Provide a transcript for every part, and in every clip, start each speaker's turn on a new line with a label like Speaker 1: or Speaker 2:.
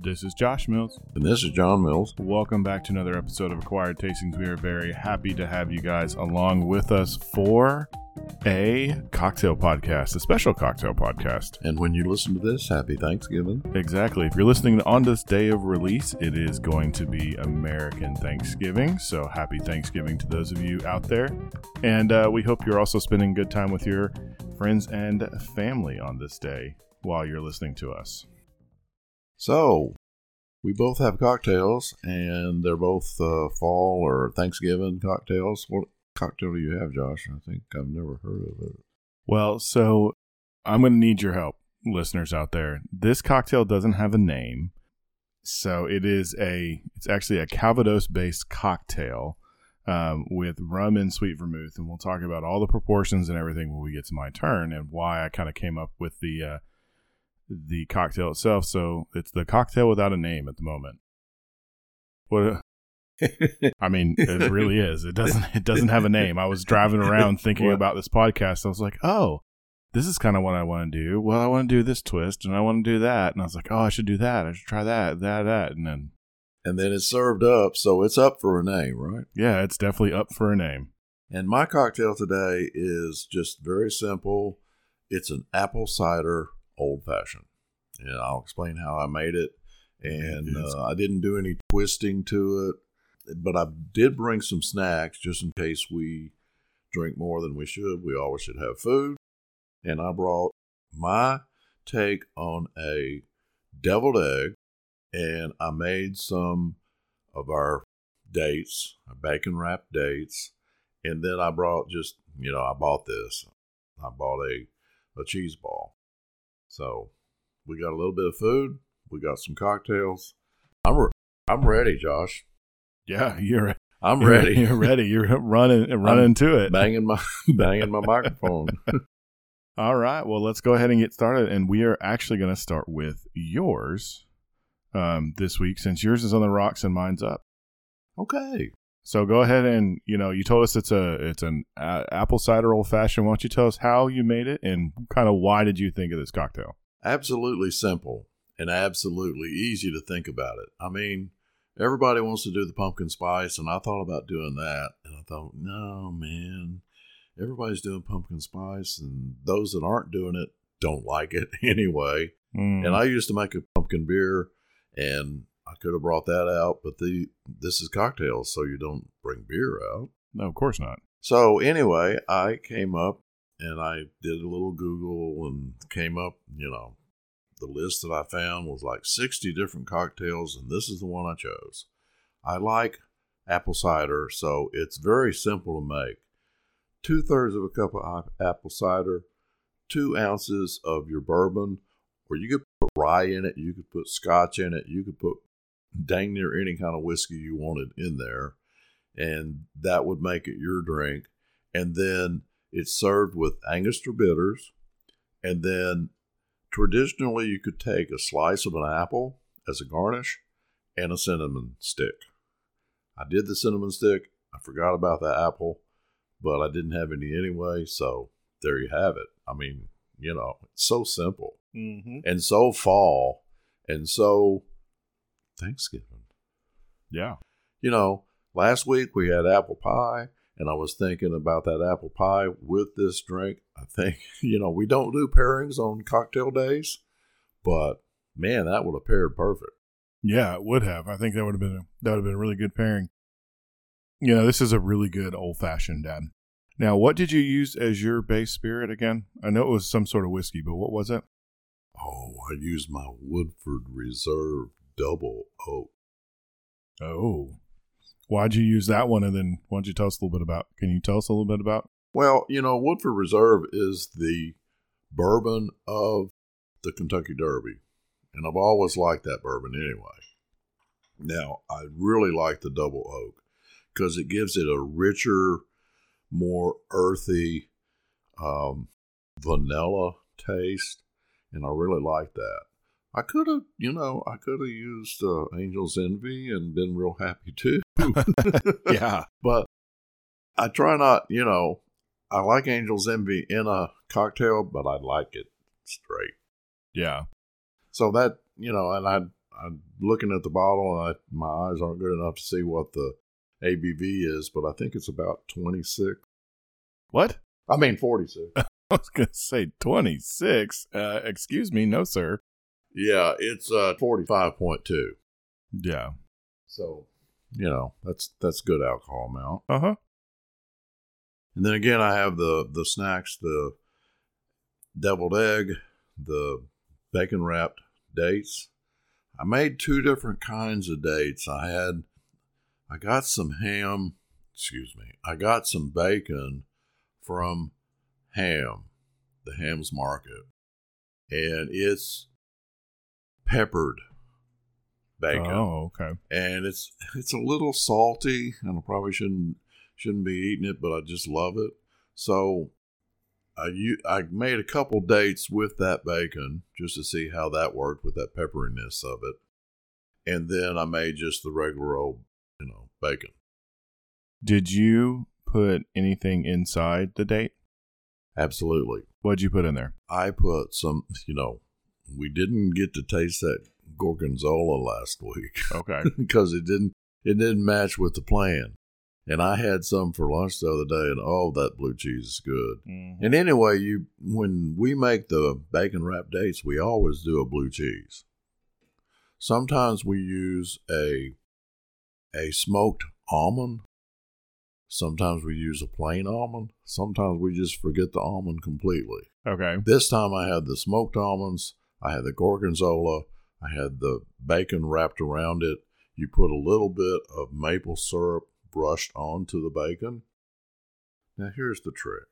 Speaker 1: This is Josh Mills.
Speaker 2: And this is John Mills.
Speaker 1: Welcome back to another episode of Acquired Tastings. We are very happy to have you guys along with us for a cocktail podcast, a special cocktail podcast.
Speaker 2: And when you listen to this, happy Thanksgiving.
Speaker 1: Exactly. If you're listening on this day of release, it is going to be American Thanksgiving. So happy Thanksgiving to those of you out there. And uh, we hope you're also spending good time with your friends and family on this day while you're listening to us.
Speaker 2: So, we both have cocktails, and they're both uh, fall or Thanksgiving cocktails. What cocktail do you have, Josh? I think I've never heard of it.
Speaker 1: Well, so I'm going to need your help, listeners out there. This cocktail doesn't have a name. So it is a, it's actually a Calvados based cocktail um, with rum and sweet vermouth. And we'll talk about all the proportions and everything when we get to my turn and why I kind of came up with the, uh, the cocktail itself. So it's the cocktail without a name at the moment. What, a- I mean, it really is. It doesn't. It doesn't have a name. I was driving around thinking
Speaker 2: What?
Speaker 1: about this podcast. I was like, oh, this is kind of what I want to do. Well, I want to do this twist, and I want to do that, and I was like, oh, I should do that. I should try that, that, that, and then
Speaker 2: And then it's served up, so it's up for a name, right?
Speaker 1: yeah, it's definitely up for a name.
Speaker 2: And my cocktail today is just very simple. It's an apple cider old fashioned, and I'll explain how I made it. And
Speaker 1: Yes.
Speaker 2: uh, I didn't do any twisting to it, but I did bring some snacks just in case we drink more than we should. We always should have food. And I brought my take on a deviled egg, and I made some of our dates, our bacon wrapped dates. And then I brought just, you know, I bought this. I bought a, a cheese ball. So we got a little bit of food. We got some cocktails. I'm, re- I'm ready, Josh.
Speaker 1: Yeah, you're
Speaker 2: I'm
Speaker 1: you're-
Speaker 2: ready.
Speaker 1: You're ready. You're running running to it.
Speaker 2: banging my banging my microphone.
Speaker 1: All right. Well, let's go ahead and get started. And we are actually going to start with yours um, this week, since yours is on the rocks and mine's up.
Speaker 2: Okay.
Speaker 1: So go ahead and you know you told us it's a it's an uh, apple cider old fashioned. Why don't you tell us how you made it and kind of why did you think of this cocktail?
Speaker 2: Absolutely simple and absolutely easy to think about it. I mean, everybody wants to do the pumpkin spice, and I thought about doing that, and I thought, no, man, everybody's doing pumpkin spice, and those that aren't doing it don't like it anyway.
Speaker 1: Mm.
Speaker 2: And I used to make a pumpkin beer, and I could have brought that out, but the this is cocktails, so you don't bring beer out.
Speaker 1: no, of course not.
Speaker 2: So anyway, I came up and I did a little Google and came up, you know, the list that I found was like 60 different cocktails and this is the one I chose. I like apple cider, so it's very simple to make. Two thirds of a cup of ap- apple cider, two ounces of your bourbon, or you could put rye in it, you could put scotch in it, you could put dang near any kind of whiskey you wanted in there and that would make it your drink. And then it's served with Angostura bitters. And then traditionally, you could take a slice of an apple as a garnish and a cinnamon stick. I did the cinnamon stick. I forgot about the apple, but I didn't have any anyway. So there you have it. I mean, you know, it's so simple
Speaker 1: Mm-hmm.
Speaker 2: and so fall and so Thanksgiving
Speaker 1: Yeah.
Speaker 2: you know, last week we had apple pie, and I was thinking about that apple pie with this drink. I think, you know, we don't do pairings on cocktail days, but man, that would have paired perfect.
Speaker 1: Yeah, it would have. I think that would have been a, that would have been a really good pairing. You know, this is a really good old fashioned, Dad. Now, what did you use as your base spirit again? I know it was some sort of whiskey, but what was it?
Speaker 2: Oh, I used my Woodford Reserve Double Oak.
Speaker 1: Oh, why'd you use that one? And then why don't you tell us a little bit about? Can you tell us a little bit about?
Speaker 2: Well, you know, Woodford Reserve is the bourbon of the Kentucky Derby. And I've always liked that bourbon anyway. Now, I really like the double oak because it gives it a richer, more earthy um, vanilla taste. And I really like that. I could have, you know, I could have used uh, Angel's Envy and been real happy too.
Speaker 1: yeah,
Speaker 2: But I try not, you know, I like Angel's Envy in a cocktail, but I like it straight.
Speaker 1: yeah.
Speaker 2: So that, you know, and I I'm looking at the bottle, and I, my eyes aren't good enough to see what the ABV is, but I think it's about 26.
Speaker 1: What?
Speaker 2: I mean, 46.
Speaker 1: I was going to say 26. Uh, excuse me, no, sir.
Speaker 2: yeah, it's uh, 45.2.
Speaker 1: Yeah.
Speaker 2: So, you know, that's that's good alcohol amount.
Speaker 1: Uh huh.
Speaker 2: And then again, I have the the snacks: the deviled egg, the bacon wrapped dates. I made two different kinds of dates. I had, I got some ham. Excuse me. I got some bacon from Ham, the Ham's Market, and it's peppered bacon
Speaker 1: Oh, okay.
Speaker 2: and it's it's a little salty, and I probably shouldn't shouldn't be eating it, but I just love it. So I u- I made a couple dates with that bacon just to see how that worked with that pepperiness of it, and then I made just the regular old you know bacon.
Speaker 1: Did you put anything inside the date?
Speaker 2: Absolutely,
Speaker 1: What'd you put in there?
Speaker 2: I put some you know we didn't get to taste that gorgonzola last week.
Speaker 1: Okay.
Speaker 2: because it didn't it didn't match with the plan. And I had some for lunch the other day, and oh, that blue cheese is good.
Speaker 1: Mhm.
Speaker 2: And anyway, you when we make the bacon wrap dates, we always do a blue cheese. Sometimes we use a a smoked almond. Sometimes we use a plain almond. Sometimes we just forget the almond completely.
Speaker 1: Okay.
Speaker 2: This time I had the smoked almonds, I had the gorgonzola, I had the bacon wrapped around it. You put a little bit of maple syrup brushed onto the bacon. Now here's the trick.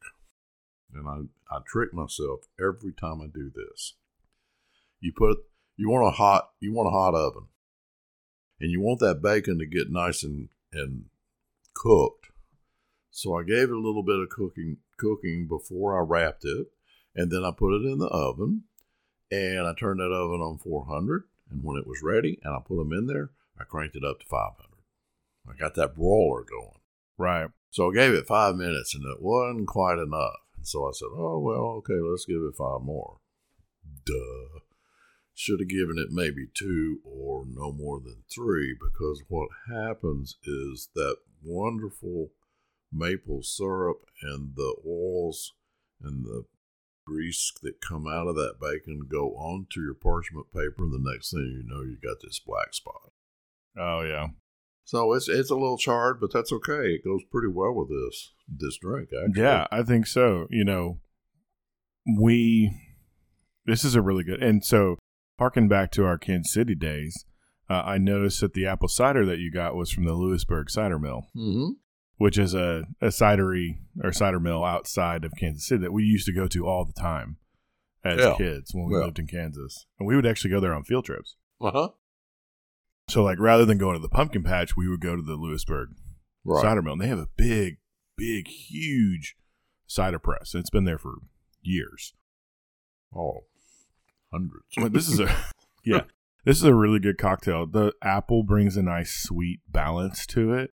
Speaker 2: And I, I trick myself every time I do this. You put you want a hot you want a hot oven. And you want that bacon to get nice and, and cooked. So I gave it a little bit of cooking cooking before I wrapped it and then I put it in the oven, and I turned that oven on 400. And when it was ready, and I put them in there, I cranked it up to 500. I got that broiler going.
Speaker 1: Right.
Speaker 2: So I gave it five minutes, and it wasn't quite enough. And so I said, "Oh well, okay, let's give it five more." Duh. Should have given it maybe two or no more than three, because what happens is that wonderful maple syrup and the oils and the grease that come out of that bacon go onto your parchment paper. and The next thing you know, you got this black spot.
Speaker 1: Oh, yeah.
Speaker 2: So it's it's a little charred, but that's okay. It goes pretty well with this this drink. Actually.
Speaker 1: Yeah, I think so. You know, we this is a really good and so harking back to our Kansas City days, uh, I noticed that the apple cider that you got was from the Lewisburg Cider Mill,
Speaker 2: Mm-hmm.
Speaker 1: which is a a cidery or cider mill outside of Kansas City that we used to go to all the time as
Speaker 2: Yeah.
Speaker 1: kids when we
Speaker 2: Yeah.
Speaker 1: lived in Kansas, and we would actually go there on field trips.
Speaker 2: Uh huh.
Speaker 1: So like rather than going to the pumpkin patch, we would go to the Lewisburg
Speaker 2: Right.
Speaker 1: cider mill, and they have a big, big, huge cider press. It's been there for years.
Speaker 2: Oh, hundreds.
Speaker 1: But this is a yeah, this is a really good cocktail. The apple brings a nice sweet balance to it,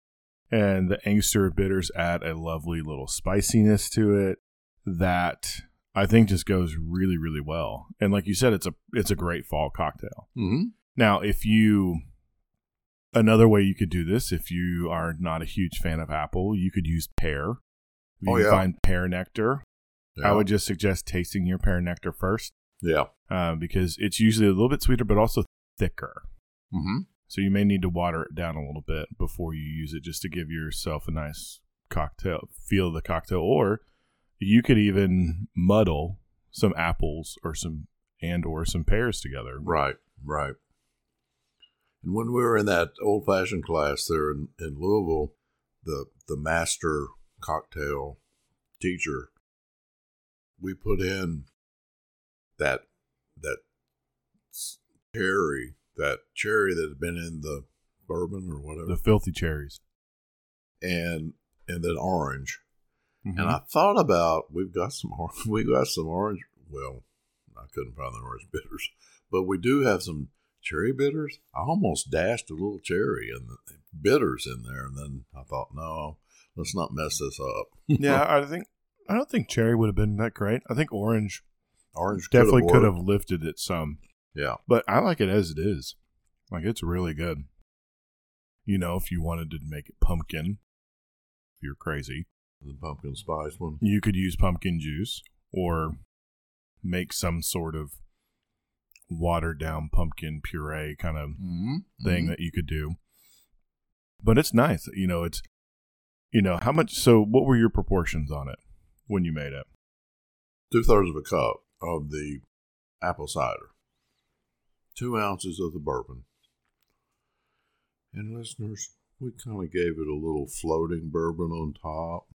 Speaker 1: and the angostura bitters add a lovely little spiciness to it that I think just goes really, really well. And like you said, it's a it's a great fall cocktail.
Speaker 2: Mm-hmm.
Speaker 1: Now, if you another way you could do this, if you are not a huge fan of apple, you could use pear. If you
Speaker 2: Oh,
Speaker 1: can
Speaker 2: yeah.
Speaker 1: find pear nectar,
Speaker 2: Yeah.
Speaker 1: I would just suggest tasting your pear nectar first
Speaker 2: Yeah.
Speaker 1: uh, because it's usually a little bit sweeter, but also thicker.
Speaker 2: Mm-hmm.
Speaker 1: So you may need to water it down a little bit before you use it, just to give yourself a nice cocktail feel of the cocktail. Or you could even muddle some apples or some and or some pears together.
Speaker 2: Right. Right. And when we were in that old fashioned class there in, in Louisville, the the master cocktail teacher, we put in that that s- cherry that cherry that had been in the bourbon or whatever,
Speaker 1: The filthy cherries.
Speaker 2: and and then orange. And
Speaker 1: Mm-hmm.
Speaker 2: I thought about we've got some or- we got some orange. Well, I couldn't find the orange bitters, but we do have some cherry bitters. I almost dashed a little cherry and the bitters in there, and then I thought, no, let's not mess this up.
Speaker 1: Yeah, I think I don't think cherry would have been that great. I think orange
Speaker 2: orange
Speaker 1: definitely could
Speaker 2: worked.
Speaker 1: have lifted it some,
Speaker 2: Yeah,
Speaker 1: but I like it as it is. Like it's really good. You know, if you wanted to make it pumpkin, if you're crazy,
Speaker 2: The pumpkin spice one.
Speaker 1: you could use pumpkin juice or make some sort of watered down pumpkin puree kind of
Speaker 2: Mm-hmm.
Speaker 1: thing that you could do. But it's nice. You know, it's, you know, how much? So, what were your proportions on it when you made it?
Speaker 2: Two thirds of a cup of the apple cider, two ounces of the bourbon. And listeners, we kind of gave it a little floating bourbon on top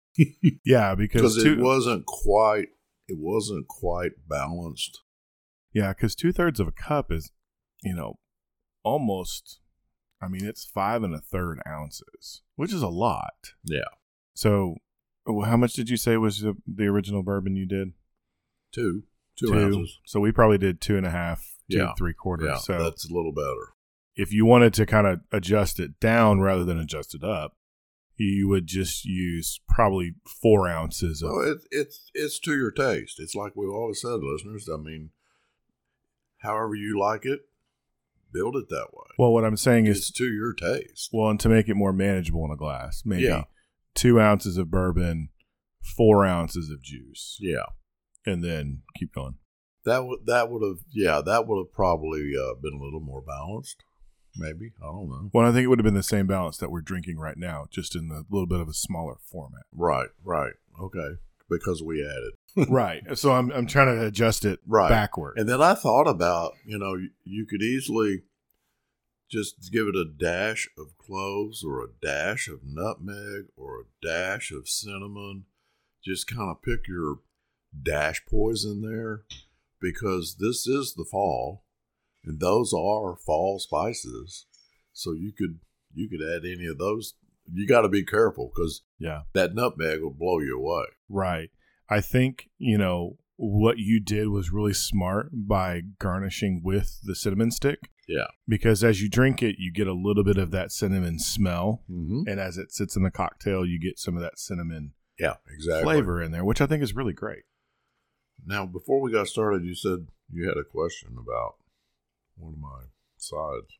Speaker 1: Yeah, because
Speaker 2: because it
Speaker 1: two,
Speaker 2: wasn't quite it wasn't quite balanced.
Speaker 1: yeah, because two thirds of a cup is, you know, almost. I mean, it's five and a third ounces, which is a lot.
Speaker 2: Yeah,
Speaker 1: So, wh- how much did you say was the, the original bourbon you did?
Speaker 2: two two, ounces.
Speaker 1: So we probably did two and a half, two
Speaker 2: Yeah.
Speaker 1: three quarters.
Speaker 2: Yeah,
Speaker 1: so
Speaker 2: that's a little better.
Speaker 1: if you wanted to kind of adjust it down rather than adjust it up, you would just use probably four ounces of
Speaker 2: So it, it's it's to your taste. It's like we've always said, listeners. I mean, however you like it, build it that way.
Speaker 1: well what I'm saying
Speaker 2: It's
Speaker 1: is
Speaker 2: to your taste.
Speaker 1: well and to make it more manageable in a glass, maybe
Speaker 2: Yeah.
Speaker 1: two ounces of bourbon, four ounces of juice.
Speaker 2: Yeah,
Speaker 1: And then keep going.
Speaker 2: that would that would have yeah that would have probably uh, been a little more balanced. Maybe I don't know.
Speaker 1: Well, I think it would have been the same balance that we're drinking right now, just in a little bit of a smaller format.
Speaker 2: Right, right, okay. Because we added.
Speaker 1: right. So I'm I'm trying to adjust it
Speaker 2: Right.
Speaker 1: backward.
Speaker 2: And then I thought about, you know, you, you could easily just give it a dash of cloves or a dash of nutmeg or a dash of cinnamon. Just kind of pick your dash poison there because this is the fall and those are fall spices. So you could you could add any of those. You got to be careful cuz
Speaker 1: yeah.
Speaker 2: that nutmeg will blow you away.
Speaker 1: Right. I think, you know, what you did was really smart by garnishing with the cinnamon stick
Speaker 2: Yeah.
Speaker 1: because as you drink it, you get a little bit of that cinnamon smell.
Speaker 2: Mhm.
Speaker 1: And as it sits in the cocktail, you get some of that cinnamon
Speaker 2: Yeah, exactly.
Speaker 1: flavor in there, which I think is really great.
Speaker 2: Now, before we got started, you said you had a question about one of my sides.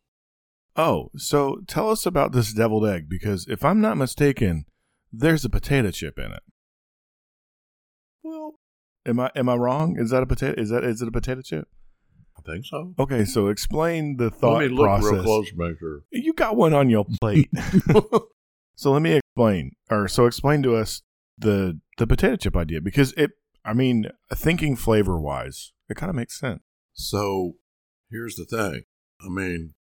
Speaker 1: Oh, so tell us about this deviled egg because if I'm not mistaken, there's a potato chip in it.
Speaker 2: Well,
Speaker 1: Am I am I wrong? Is that a potato? Is that is it a potato chip?
Speaker 2: I think so.
Speaker 1: Okay, so explain the thought
Speaker 2: Let me look
Speaker 1: process.
Speaker 2: real close, make sure.
Speaker 1: You got one on your plate. so let me explain, or so explain to us the the potato chip idea because it, I mean, thinking flavor wise, it kind of makes sense.
Speaker 2: So, here's the thing. I mean,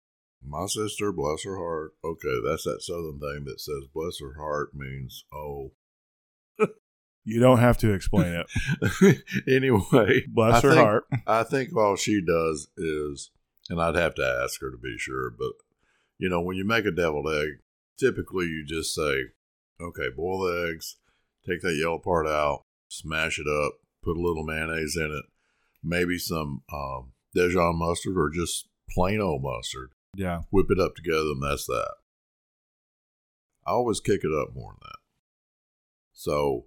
Speaker 2: my sister, bless her heart. Okay, that's that southern thing that says bless her heart means oh.
Speaker 1: You don't have to explain it.
Speaker 2: anyway,
Speaker 1: Bless
Speaker 2: I
Speaker 1: her
Speaker 2: think-
Speaker 1: heart.
Speaker 2: I think all she does is, and I'd have to ask her to be sure, but you know, when you make a deviled egg, typically you just say, okay, boil the eggs, take that yellow part out, smash it up, put a little mayonnaise in it, maybe some um, Dijon mustard or just plain old mustard,
Speaker 1: Yeah.
Speaker 2: whip it up together, and that's that. I always kick it up more than that. So,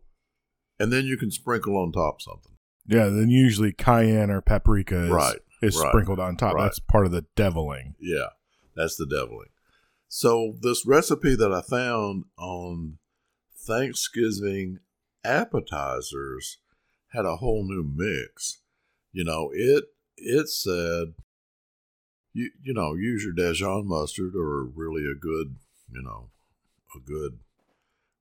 Speaker 2: and then you can sprinkle on top something.
Speaker 1: Yeah. Then usually cayenne or paprika is,
Speaker 2: Right,
Speaker 1: is
Speaker 2: right,
Speaker 1: sprinkled on top.
Speaker 2: right.
Speaker 1: That's part of the deviling.
Speaker 2: Yeah, that's the deviling. So this recipe that I found on Thanksgiving appetizers had a whole new mix. You know, it it said you you know, use your Dijon mustard or really a good, you know, a good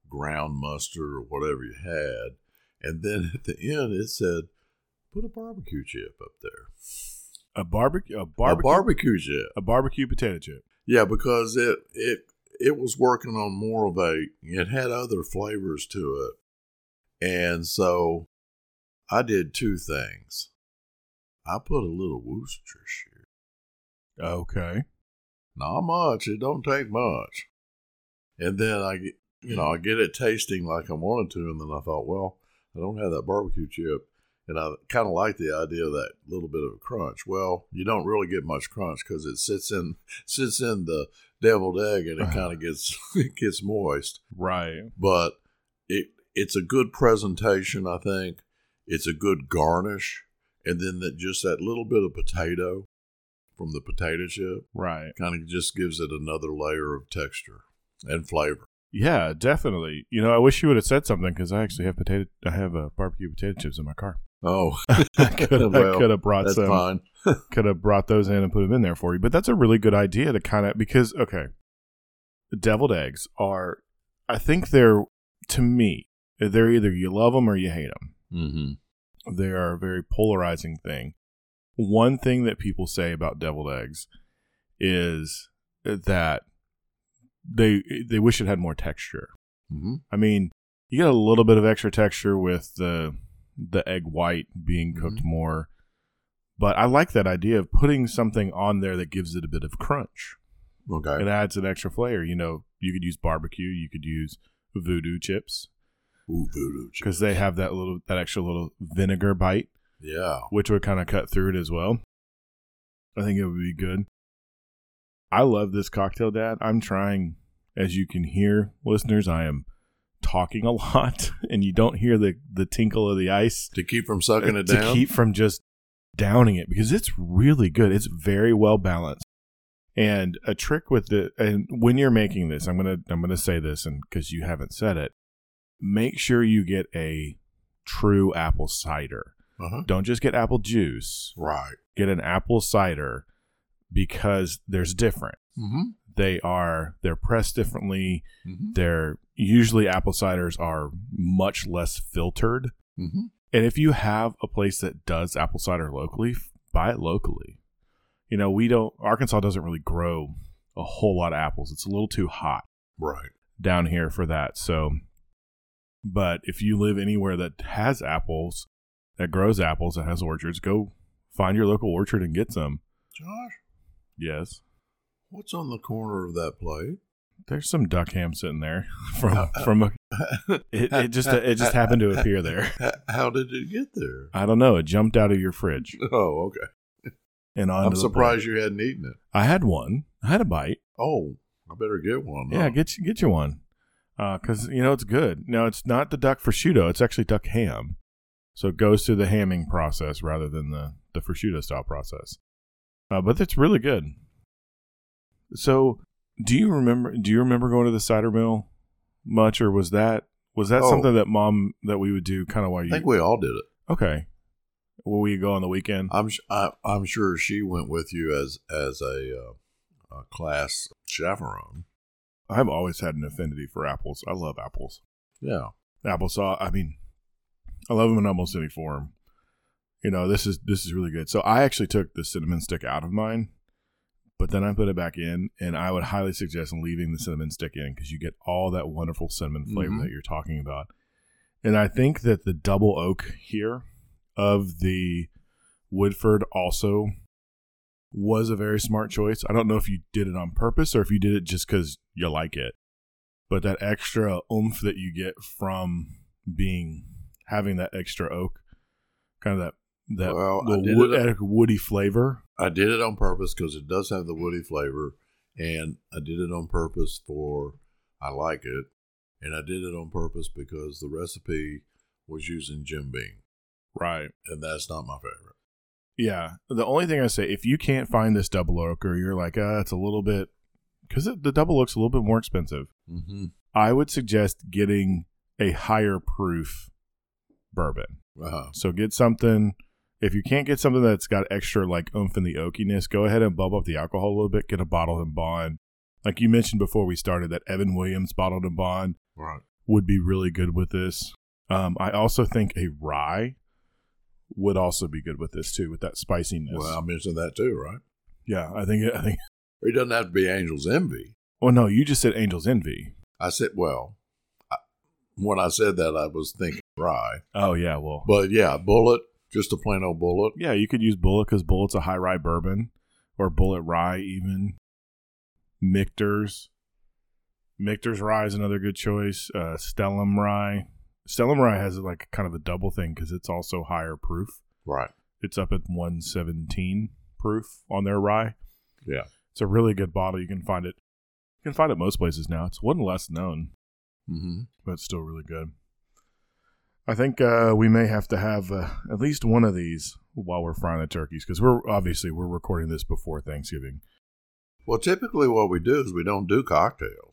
Speaker 2: ground mustard or whatever you had. And then at the end it said put a barbecue chip up there.
Speaker 1: A barbecue. A
Speaker 2: Barbecue.
Speaker 1: barbecue.
Speaker 2: A barbecue chip.
Speaker 1: a barbecue potato chip.
Speaker 2: Yeah, because it it it was working on more of a it had other flavors to it. And so I did two things. I put a little Worcestershire.
Speaker 1: Okay.
Speaker 2: Not much, it don't take much. And then I get you know, I get it tasting like I wanted to, and then I thought, well, I don't have that barbecue chip, and I kind of like the idea of that little bit of a crunch. Well, you don't really get much crunch because it sits in sits in the deviled egg, and it kind of gets it gets moist.
Speaker 1: Right.
Speaker 2: But it it's a good presentation, I think. It's a good garnish, and then that just that little bit of potato from the potato chip.
Speaker 1: Right.
Speaker 2: Kind of just gives it another layer of texture and flavor.
Speaker 1: Yeah, definitely. You know, I wish you would have said something because I actually have potato. I have uh, barbecue potato chips in my car.
Speaker 2: Oh,
Speaker 1: I could have
Speaker 2: Well,
Speaker 1: brought
Speaker 2: that's
Speaker 1: some.
Speaker 2: fine.
Speaker 1: could have brought those in and put them in there for you. But that's a really good idea to kind of because okay, deviled eggs are, I think they're to me they're either you love them or you hate them.
Speaker 2: Mm-hmm.
Speaker 1: They are a very polarizing thing. One thing that people say about deviled eggs is that they they wish it had more texture.
Speaker 2: Mm-hmm.
Speaker 1: I mean, you get a little bit of extra texture with the the egg white being cooked more. But I like that idea of putting something on there that gives it a bit of crunch.
Speaker 2: Okay.
Speaker 1: It adds an extra flavor. You know, you could use barbecue, you could use voodoo chips
Speaker 2: Ooh, voodoo chip.
Speaker 1: because they have that little that extra little vinegar bite,
Speaker 2: Yeah.
Speaker 1: which would kind of cut through it as well. I think it would be good. I love this cocktail, Dad. I'm trying, as you can hear, listeners. I am talking a lot, and you don't hear the the tinkle of the ice.
Speaker 2: To keep from sucking it
Speaker 1: Uh, to
Speaker 2: down.
Speaker 1: keep from just downing it because it's really good. It's very well balanced. And a trick with the and when you're making this, I'm gonna I'm gonna say this and because you haven't said it, make sure you get a true apple cider.
Speaker 2: uh-huh.
Speaker 1: Don't just get apple juice.
Speaker 2: Right.
Speaker 1: Get an apple cider because there's different.
Speaker 2: Mm-hmm.
Speaker 1: They are they're pressed differently.
Speaker 2: Mm-hmm.
Speaker 1: They're usually apple ciders are much less filtered.
Speaker 2: Mm-hmm.
Speaker 1: And if you have a place that does apple cider locally, f- buy it locally. You know, we don't, Arkansas doesn't really grow a whole lot of apples. It's a little too hot
Speaker 2: Right.
Speaker 1: down here for that. So, but if you live anywhere that has apples, that grows apples, that has orchards, go find your local orchard and get some.
Speaker 2: Josh,
Speaker 1: Yes.
Speaker 2: what's on the corner of that plate?
Speaker 1: There's some duck ham sitting there from,
Speaker 2: Uh,
Speaker 1: from, a, it, it just, it just happened to appear there.
Speaker 2: H- How did it get there?
Speaker 1: I don't know. It jumped out of your fridge
Speaker 2: Oh, okay.
Speaker 1: and onto
Speaker 2: I'm
Speaker 1: the plate.
Speaker 2: surprised you hadn't eaten it.
Speaker 1: I had one. I had a bite.
Speaker 2: Oh, I better get one.
Speaker 1: Yeah,
Speaker 2: huh?
Speaker 1: get you get you one, because you know it's good. Now it's not the duck prosciutto; it's actually duck ham. So it goes through the hamming process rather than the the prosciutto style process. Uh, but it's really good. So, do you remember? Do you remember going to the cider mill much, or was that was that
Speaker 2: Oh.
Speaker 1: something that mom that we would do kind of while
Speaker 2: I
Speaker 1: you
Speaker 2: think we all did it.
Speaker 1: okay? Will we go on the weekend?
Speaker 2: I'm sh- I, I'm sure she went with you as as a, uh, a class chaperone.
Speaker 1: I've always had an affinity for apples. I love apples.
Speaker 2: Yeah.
Speaker 1: applesauce. I mean, I love them in almost any form. You know, this is this is really good. So I actually took the cinnamon stick out of mine, but then I put it back in, and I would highly suggest leaving the cinnamon stick in because you get all that wonderful cinnamon flavor
Speaker 2: Mhm.
Speaker 1: that you're talking about. And I think that the double oak here of the Woodford also was a very smart choice. I don't know if you did it on purpose or if you did it just because you like it but that extra oomph that you get from being having that extra oak, kind of that that
Speaker 2: Well, I
Speaker 1: the
Speaker 2: did
Speaker 1: wood,
Speaker 2: it-
Speaker 1: that woody flavor.
Speaker 2: I did it on purpose because it does have the woody flavor, and I did it on purpose for I like it, and I did it on purpose because the recipe was using Jim Beam,
Speaker 1: Right.
Speaker 2: and that's not my favorite.
Speaker 1: Yeah. The only thing I say, if you can't find this double oak, or you're like, ah, it's a little bit, because the double oak's a little bit more expensive.
Speaker 2: Mm-hmm.
Speaker 1: I would suggest getting a higher proof bourbon.
Speaker 2: Wow.
Speaker 1: So get something. If you can't get something that's got extra like oomph in the oakiness, go ahead and bump up the alcohol a little bit. Get a bottled and bond. Like you mentioned before we started, that Evan Williams bottled and bond
Speaker 2: Right.
Speaker 1: would be really good with this. Um, I also think a rye would also be good with this too, with that spiciness.
Speaker 2: Well, I mentioned that too, right?
Speaker 1: yeah, I think. I think.
Speaker 2: It doesn't have to be Angel's Envy.
Speaker 1: Well, no, you just said Angel's Envy.
Speaker 2: I said, well, I, when I said that, I was thinking rye,
Speaker 1: Oh yeah, well,
Speaker 2: but yeah, bullet, just a plain old bullet.
Speaker 1: yeah, you could use Bullet because Bullet's a high rye bourbon, or Bullet rye even. Michter's, Michter's rye is another good choice. Uh, Stellum rye, Stellum rye has like kind of a double thing because it's also higher proof.
Speaker 2: Right.
Speaker 1: It's up at 117 proof on their rye.
Speaker 2: Yeah.
Speaker 1: It's a really good bottle. You can find it. You can find it most places now. It's one less known,
Speaker 2: Mm-hmm.
Speaker 1: but it's still really good. I think uh, we may have to have uh, at least one of these while we're frying the turkeys because we're obviously we're recording this before Thanksgiving.
Speaker 2: Well, typically what we do is we don't do cocktails.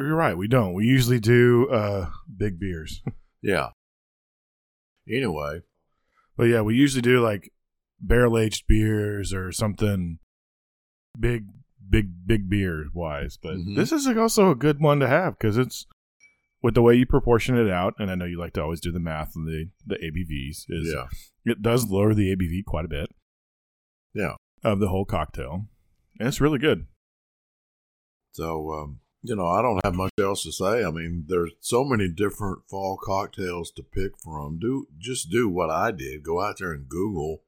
Speaker 1: You're right. We don't. We usually do uh, big beers,
Speaker 2: Yeah. Anyway,
Speaker 1: but yeah, we usually do like barrel aged beers or something big, big, big beer wise. But
Speaker 2: Mhm.
Speaker 1: this is also a good one to have because it's with the way you proportion it out, and I know you like to always do the math and the the ABVs. Is
Speaker 2: yeah.
Speaker 1: it does lower the ABV quite a bit.
Speaker 2: Yeah.
Speaker 1: of the whole cocktail, and it's really good.
Speaker 2: So, um, you know, I don't have much else to say. I mean, there's so many different fall cocktails to pick from. Do just do what I did. Go out there and Google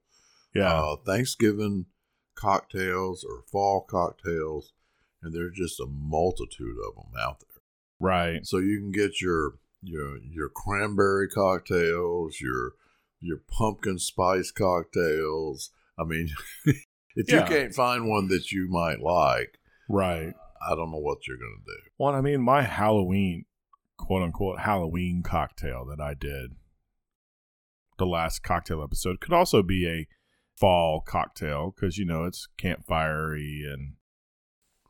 Speaker 1: Yeah,
Speaker 2: uh, Thanksgiving cocktails or fall cocktails, and there's just a multitude of them out there.
Speaker 1: right.
Speaker 2: So you can get your your your cranberry cocktails, your your pumpkin spice cocktails. I mean, if
Speaker 1: Yeah.
Speaker 2: you can't find one that you might like,
Speaker 1: Right.
Speaker 2: I don't know what you're gonna do.
Speaker 1: Well, I mean, my Halloween, quote unquote, Halloween cocktail that I did the last cocktail episode could also be a fall cocktail because, you know, it's campfirey and.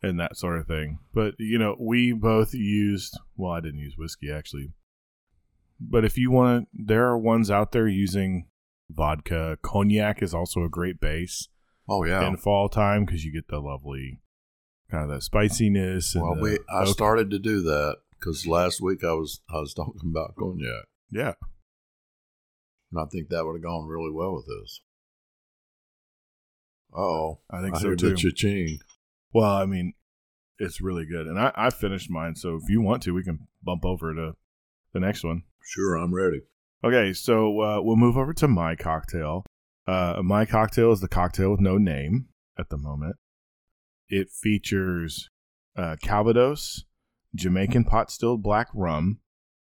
Speaker 1: And that sort of thing. But, you know, we both used, well, I didn't use whiskey actually. But if you want to, there are ones out there using vodka. Cognac is also a great base.
Speaker 2: Oh yeah.
Speaker 1: in fall time because you get the lovely kind of that spiciness. And
Speaker 2: well,
Speaker 1: the-
Speaker 2: we I
Speaker 1: okay.
Speaker 2: started to do that because last week I was I was talking about cognac,
Speaker 1: Yeah,
Speaker 2: and I think that would have gone really well with this. Oh,
Speaker 1: I think
Speaker 2: I
Speaker 1: so
Speaker 2: heard
Speaker 1: too.
Speaker 2: the cha-ching.
Speaker 1: well, I mean, it's really good, and I, I finished mine. So if you want to, we can bump over to the next one.
Speaker 2: Sure, I'm ready.
Speaker 1: Okay, so uh, we'll move over to my cocktail. Uh, my cocktail is the cocktail with no name at the moment. It features uh, Calvados, Jamaican pot stilled black rum,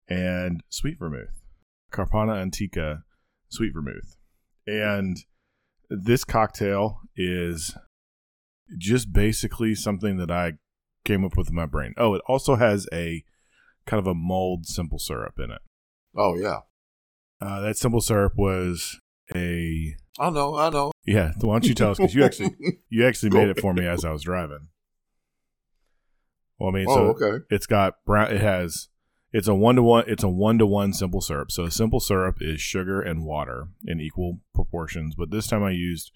Speaker 1: and sweet vermouth, Carpana Antica sweet vermouth. And this cocktail is just basically something that I came up with in my brain. Oh, it also has a kind of a mold simple syrup in it.
Speaker 2: Oh yeah,
Speaker 1: Uh, that simple syrup was a
Speaker 2: I know, I know.
Speaker 1: yeah. Why don't you tell us? Because you actually you actually
Speaker 2: Go.
Speaker 1: made it for me as I was driving. Well, I mean, so
Speaker 2: oh okay.
Speaker 1: it's got brown. It has it's a one to one. It's a one to one simple syrup. So simple syrup is sugar and water in equal proportions. But this time I used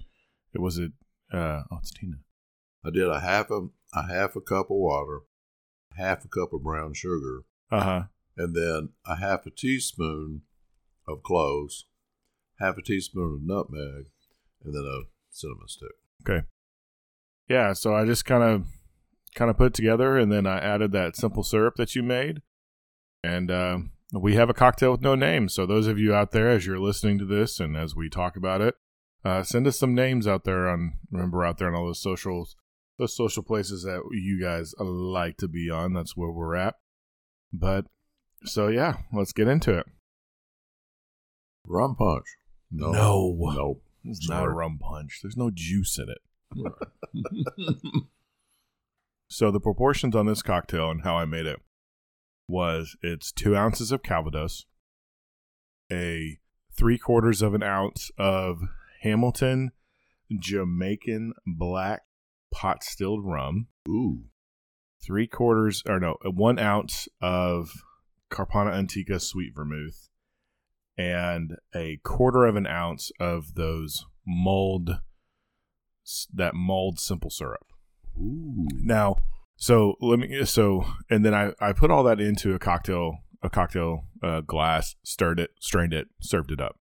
Speaker 1: it was it. Uh, oh, it's Tina.
Speaker 2: I did a half a, a half a cup of water, half a cup of brown sugar,
Speaker 1: Uh huh.
Speaker 2: and then a half a teaspoon of cloves, half a teaspoon of nutmeg, and then a cinnamon stick.
Speaker 1: Yeah. So I just kind of kind of put it together, and then I added that simple syrup that you made, and uh, we have a cocktail with no name. So those of you out there, as you're listening to this, and as we talk about it, uh, send us some names out there on remember out there on all those socials, those social places that you guys like to be on. That's where we're at. But so yeah, let's get into it.
Speaker 2: Rum punch. No.
Speaker 1: No.
Speaker 2: Nope.
Speaker 1: It's not a rum punch. There's no juice in it. So the proportions on this cocktail and how I made it was it's two ounces of Calvados, a three quarters of an ounce of Hamilton Jamaican black pot stilled rum,
Speaker 2: Ooh.
Speaker 1: three quarters or no, one ounce of Carpana Antica sweet vermouth, and a quarter of an ounce of those mulled that mulled simple syrup.
Speaker 2: Ooh.
Speaker 1: Now, so let me so and then I I put all that into a cocktail a cocktail uh, glass, stirred it, strained it, served it up.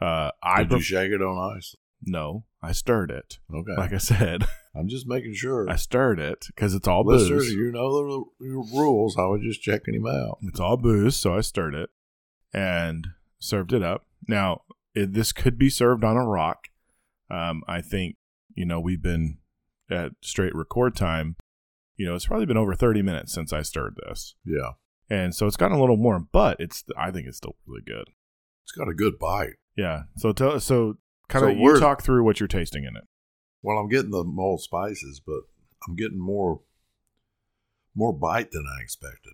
Speaker 1: Uh, I
Speaker 2: Did you
Speaker 1: pref-
Speaker 2: shake it on ice?
Speaker 1: no, I stirred it.
Speaker 2: Okay.
Speaker 1: Like I said,
Speaker 2: I'm just making sure.
Speaker 1: I stirred it because it's all
Speaker 2: Listeners,
Speaker 1: booze.
Speaker 2: you know the r- rules. I was just checking him out.
Speaker 1: It's all booze, so I stirred it and served it up. Now, it, this could be served on a rock. Um, I think, you know, we've been at straight record time. You know, it's probably been over 30 minutes since I stirred this.
Speaker 2: Yeah.
Speaker 1: and so it's gotten a little warm, but it's I think it's still really good.
Speaker 2: It's got a good bite.
Speaker 1: Yeah. So tell so kind
Speaker 2: So
Speaker 1: of you
Speaker 2: we're-
Speaker 1: talk through what you're tasting in it.
Speaker 2: Well, I'm getting the mold spices, but I'm getting more more bite than I expected.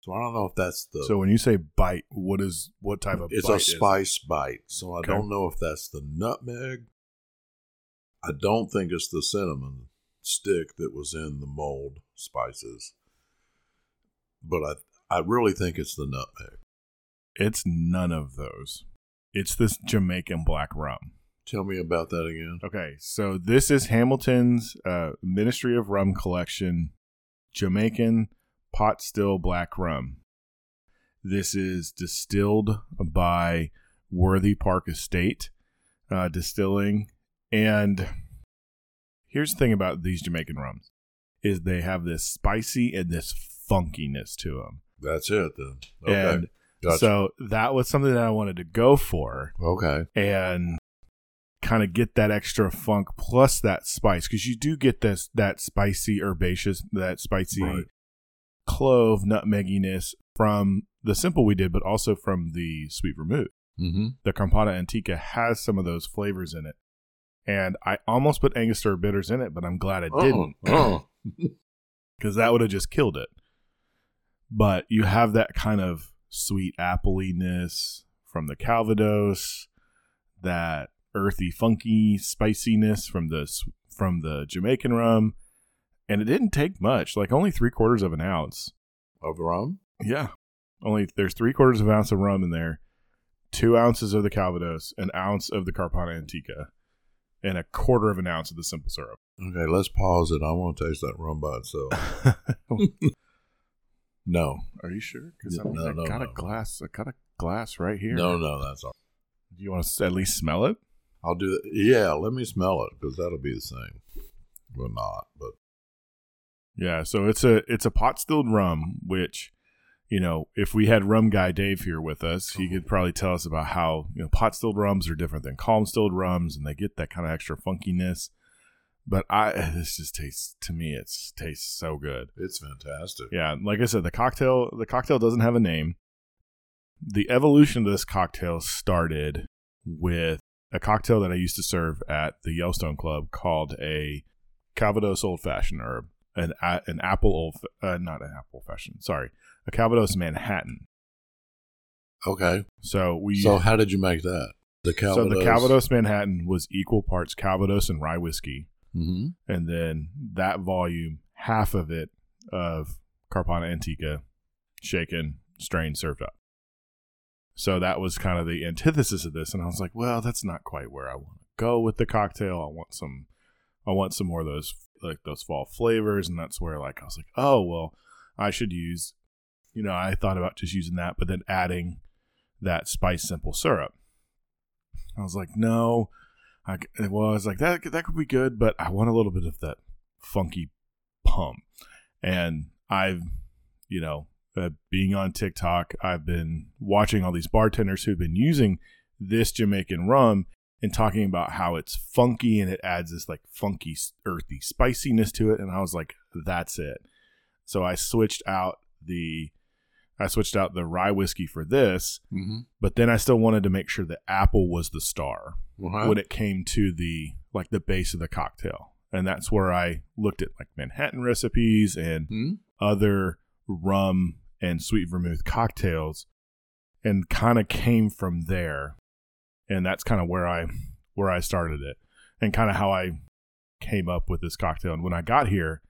Speaker 2: So I don't know if that's the.
Speaker 1: So when you say bite, what is what type of
Speaker 2: it's
Speaker 1: bite
Speaker 2: a
Speaker 1: is it?
Speaker 2: spice bite. So I
Speaker 1: Okay.
Speaker 2: don't know if that's the nutmeg. I don't think it's the cinnamon stick that was in the mold spices. But I I really think it's the nutmeg.
Speaker 1: It's none of those. It's this Jamaican black rum.
Speaker 2: Tell me about that again.
Speaker 1: Okay, so this is Hamilton's uh, Ministry of Rum collection, Jamaican pot still black rum. This is distilled by Worthy Park Estate uh, Distilling, and here's the thing about these Jamaican rums: is they have this spicy and this funkiness to them,
Speaker 2: That's it then. Okay.
Speaker 1: and
Speaker 2: gotcha.
Speaker 1: so that was something that I wanted to go for
Speaker 2: okay.
Speaker 1: and kind of get that extra funk plus that spice because you do get this that spicy herbaceous that spicy
Speaker 2: Right.
Speaker 1: clove nutmegginess from the simple we did but also from the sweet vermouth
Speaker 2: Mm-hmm.
Speaker 1: the campana antica has some of those flavors in it and i almost put angostura bitters in it but i'm glad i didn't
Speaker 2: Oh,
Speaker 1: because that would have just killed it. But you have that kind of sweet appleiness from the Calvados, that earthy, funky spiciness from the s- from the Jamaican rum, and it didn't take much, like only three quarters of an ounce.
Speaker 2: of rum.
Speaker 1: Yeah, only there's three quarters of an ounce of rum in there, two ounces of the Calvados, an ounce of the Carpana Antica, and a quarter of an ounce of the simple syrup.
Speaker 2: Okay, let's pause it. I want to taste that rum by itself. No,
Speaker 1: Are you sure? Because I,
Speaker 2: No,
Speaker 1: mean, I
Speaker 2: no,
Speaker 1: got a
Speaker 2: no.
Speaker 1: glass. I got a glass right here.
Speaker 2: no, no, that's all.
Speaker 1: Do you want to at least smell it?
Speaker 2: I'll do it. Yeah, let me smell it because that'll be the same. Well, not, but
Speaker 1: Yeah. So it's a it's a pot stilled rum, which you know, if we had rum guy Dave here with us, he could probably tell us about how you know pot stilled rums are different than calm stilled rums, and they get that kind of extra funkiness. But I this just tastes to me it's tastes so good.
Speaker 2: it's fantastic.
Speaker 1: Yeah, like I said, the cocktail the cocktail doesn't have a name. The evolution of this cocktail started with a cocktail that I used to serve at the Yellowstone Club called a Calvados Old Fashioned herb, an a- an apple old uh, not an apple fashioned, sorry, a Calvados Manhattan.
Speaker 2: Okay.
Speaker 1: So we
Speaker 2: So how did you make that? The Calvados.
Speaker 1: so the Calvados Manhattan was equal parts Calvados and rye whiskey,
Speaker 2: hmm
Speaker 1: and then that volume, half of it of Carpana Antica, shaken, strained, served up. So that was kind of the antithesis of this, and I was like, well, that's not quite where I want to go with the cocktail. I want some, I want some more of those like those fall flavors, and that's where like I was like, oh well, I should use, you know, I thought about just using that, but then adding that spice simple syrup. I was like, no, I c- well, I was like that that could be good, but I want a little bit of that funky pump. And I've, you know, uh, being on TikTok, I've been watching all these bartenders who've been using this Jamaican rum and talking about how it's funky and it adds this like funky, s- earthy spiciness to it. And I was like, that's it. So I switched out the, I switched out the rye whiskey for this,
Speaker 2: hmm
Speaker 1: but then I still wanted to make sure that apple was the star when
Speaker 2: Well,
Speaker 1: it came to the like the base of the cocktail and that's where i looked at like manhattan recipes and
Speaker 2: Hmm?
Speaker 1: other rum and sweet vermouth cocktails and kind of came from there and that's kind of where i where i started it and kind of how i came up with this cocktail and when i got here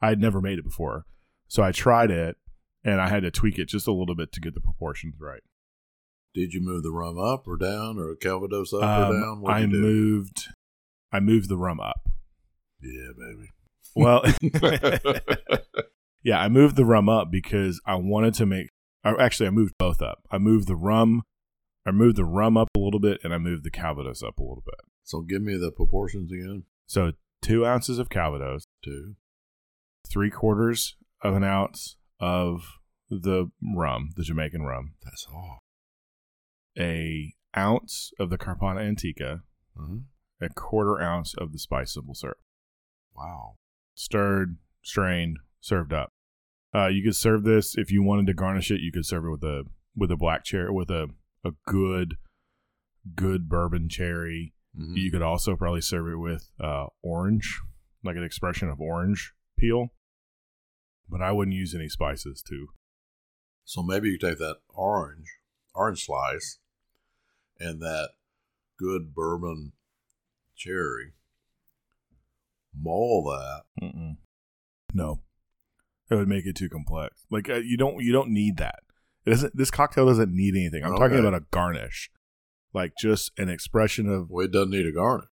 Speaker 1: i had never made it before so i tried it and i had to tweak it just a little bit to get the proportions right
Speaker 2: did you move the rum up or down or Calvados up or
Speaker 1: Um,
Speaker 2: down? What'd
Speaker 1: i
Speaker 2: you do?
Speaker 1: moved i moved the rum up
Speaker 2: Yeah, baby.
Speaker 1: Well, yeah, I moved the rum up because I wanted to make. Or actually, I moved both up. I moved the rum, I moved the rum up a little bit, and I moved the Calvados up a little bit.
Speaker 2: so give me the proportions again.
Speaker 1: So two ounces of Calvados,
Speaker 2: Two.
Speaker 1: three quarters of an ounce of the rum, the Jamaican rum,
Speaker 2: That's all.
Speaker 1: a ounce of the Carpana Antica,
Speaker 2: Uh-huh.
Speaker 1: a quarter ounce of the spice simple syrup.
Speaker 2: Wow.
Speaker 1: stirred, strained, served up. Uh, you could serve this if you wanted to garnish it. You could serve it with a with a black cherry, with a a good good bourbon cherry.
Speaker 2: Mhm.
Speaker 1: You could also probably serve it with uh, orange, like an expression of orange peel. But I wouldn't use any spices to
Speaker 2: So maybe you take that orange, orange slice, and that good bourbon cherry, mull that.
Speaker 1: Mm-mm. No, that would make it too complex. Like uh, you don't you don't need that. It doesn't. This cocktail doesn't need anything. I'm talking
Speaker 2: Okay.
Speaker 1: about a garnish, like just an expression of
Speaker 2: Well, it doesn't need a garnish.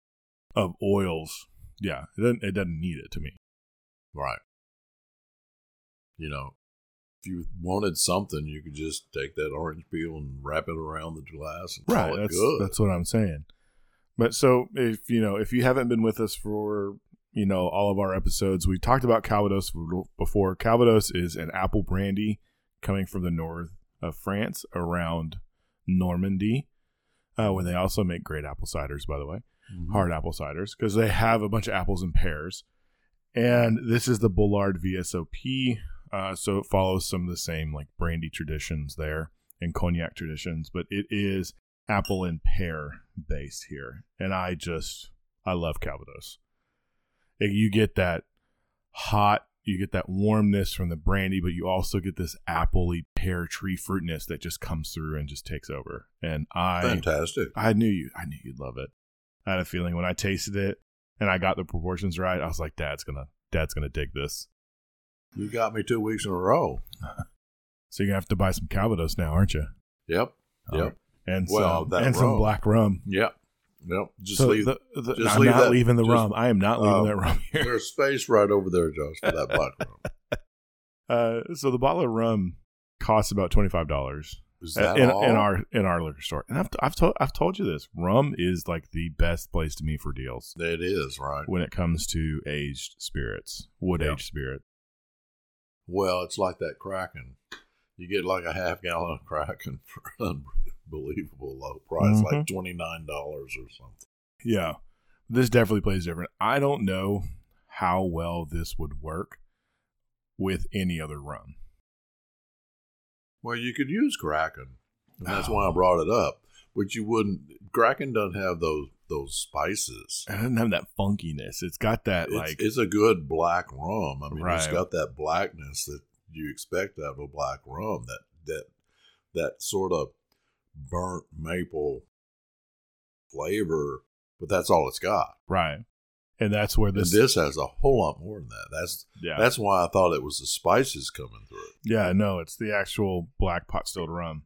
Speaker 1: of oils. Yeah, it doesn't it doesn't need it to me.
Speaker 2: Right. You know, if you wanted something, you could just take that orange peel and wrap it around the glass and call it
Speaker 1: that's
Speaker 2: good.
Speaker 1: that's what I'm saying. But so if you know if you haven't been with us for you know all of our episodes, we talked about Calvados before. Calvados is an apple brandy coming from the north of France around Normandy, uh, where they also make great apple ciders, by the way.
Speaker 2: Mhm.
Speaker 1: hard apple ciders because they have a bunch of apples and pears. And this is the Bullard VSOP. Uh, so it follows some of the same like brandy traditions there and cognac traditions, but it is apple and pear based here. And I just, I love Calvados. And You get that hot, you get that warmness from the brandy, but you also get this appley pear tree fruitiness that just comes through and just takes over. And I
Speaker 2: Fantastic.
Speaker 1: I knew you. I knew you'd love it. I had a feeling when I tasted it and I got the proportions right. I was like, Dad's gonna, Dad's gonna dig this.
Speaker 2: You got me two weeks in a row.
Speaker 1: So you're gonna have to buy some Calvados now, aren't you?
Speaker 2: Yep. Yep.
Speaker 1: Uh, and
Speaker 2: Well,
Speaker 1: some,
Speaker 2: that
Speaker 1: and some
Speaker 2: rum.
Speaker 1: black rum.
Speaker 2: Yep. Yep. Just
Speaker 1: So
Speaker 2: leave.
Speaker 1: the- the-
Speaker 2: just
Speaker 1: I'm
Speaker 2: leave
Speaker 1: not
Speaker 2: that-
Speaker 1: leaving the
Speaker 2: just-
Speaker 1: rum. I am not leaving
Speaker 2: um,
Speaker 1: that rum here.
Speaker 2: There's space right over there, Josh, for that black rum.
Speaker 1: Uh, so the bottle of rum costs about twenty five dollars
Speaker 2: Is
Speaker 1: in,
Speaker 2: that
Speaker 1: in
Speaker 2: all?
Speaker 1: our in our liquor store. And I've I've told I've told you this. Rum is like the best place to me for deals.
Speaker 2: it is right.
Speaker 1: When it comes to aged spirits, wood
Speaker 2: Yeah.
Speaker 1: aged spirit,
Speaker 2: Well, it's like that Kraken. You get like a half gallon of Kraken for unbelievable low price,
Speaker 1: Mm-hmm.
Speaker 2: like twenty nine dollars or something.
Speaker 1: Yeah. This definitely plays different. I don't know how well this would work with any other rum.
Speaker 2: Well, you could use Kraken, and that's
Speaker 1: Ah.
Speaker 2: why I brought it up. But you wouldn't. Kraken doesn't have those those spices.
Speaker 1: It doesn't have that funkiness. It's got that
Speaker 2: It's,
Speaker 1: Eh, like
Speaker 2: it's a good black rum. I mean, it's
Speaker 1: Right.
Speaker 2: got that blackness that you expect out of a black rum. That that that sort of burnt maple flavor, but that's all it's got.
Speaker 1: right. And that's where this,
Speaker 2: and this has a whole lot more than that. That's
Speaker 1: yeah.
Speaker 2: that's why I thought it was the spices coming through. it.
Speaker 1: yeah, no, it's the actual black pot stilled rum.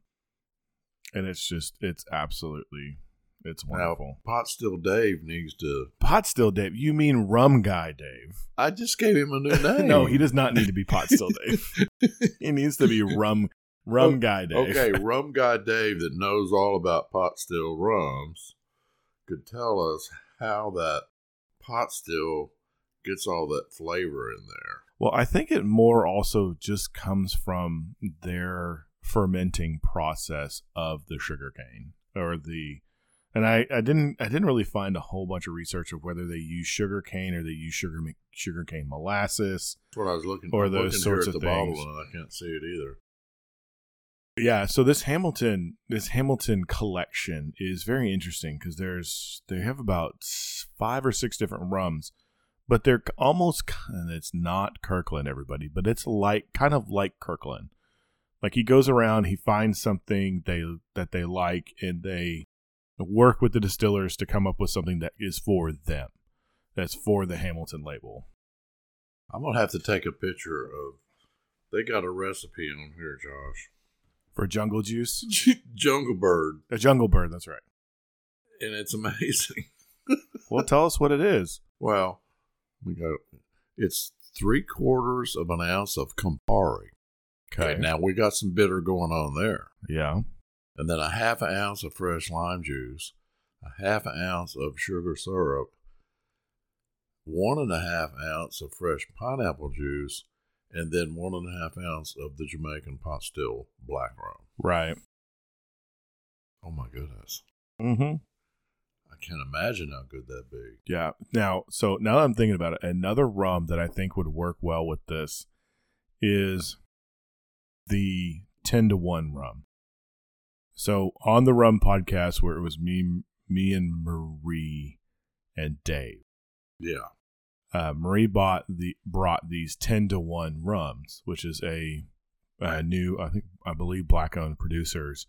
Speaker 1: And it's just it's absolutely it's wonderful.
Speaker 2: Pot Still Dave needs to.
Speaker 1: pot still Dave. You mean rum guy Dave.
Speaker 2: I just gave him a new name.
Speaker 1: no, he does not need to be pot still Dave. he needs to be rum rum
Speaker 2: Oh,
Speaker 1: guy Dave.
Speaker 2: Okay, rum guy Dave that knows all about pot still rums could tell us how that pot still gets all that flavor in there.
Speaker 1: Well, I think it more also just comes from their fermenting process of the sugarcane or the and I, I didn't I didn't really find a whole bunch of research of whether they use sugarcane or they use sugar sugarcane molasses.
Speaker 2: That's what I was looking
Speaker 1: Or
Speaker 2: I'm
Speaker 1: those
Speaker 2: looking
Speaker 1: sorts
Speaker 2: here at
Speaker 1: of
Speaker 2: the
Speaker 1: things.
Speaker 2: bottle and I can't see it either.
Speaker 1: Yeah, so this Hamilton this Hamilton collection is very interesting because there's they have about s- five or six different rums, but they're k- almost k- and it's not Kirkland everybody, but it's like kind of like Kirkland. Like he goes around, he finds something they that they like, and they work with the distillers to come up with something that is for them, that's for the Hamilton label.
Speaker 2: I'm gonna have to take a picture of. They got a recipe on here, Josh.
Speaker 1: For jungle juice,
Speaker 2: Jungle Bird,
Speaker 1: a jungle bird. That's right.
Speaker 2: and it's amazing.
Speaker 1: Well, tell us what it is.
Speaker 2: Well, we got it's three quarters of an ounce of Campari. Okay, now we got some bitter going on there.
Speaker 1: yeah.
Speaker 2: and then a half an ounce of fresh lime juice, a half an ounce of sugar syrup, one and a half ounce of fresh pineapple juice, and then one and a half ounce of the Jamaican pot still black rum.
Speaker 1: Right.
Speaker 2: Oh my goodness.
Speaker 1: Mm-hmm.
Speaker 2: I can't imagine how good that'd be.
Speaker 1: Yeah. Now, so now that I'm thinking about it, another rum that I think would work well with this is the 10 to 1 rum. So on the rum podcast where it was me, me and Marie and Dave,
Speaker 2: Yeah.
Speaker 1: uh, Marie bought the, brought these 10 to 1 rums, which is a, uh, new, I think, I believe, black owned producers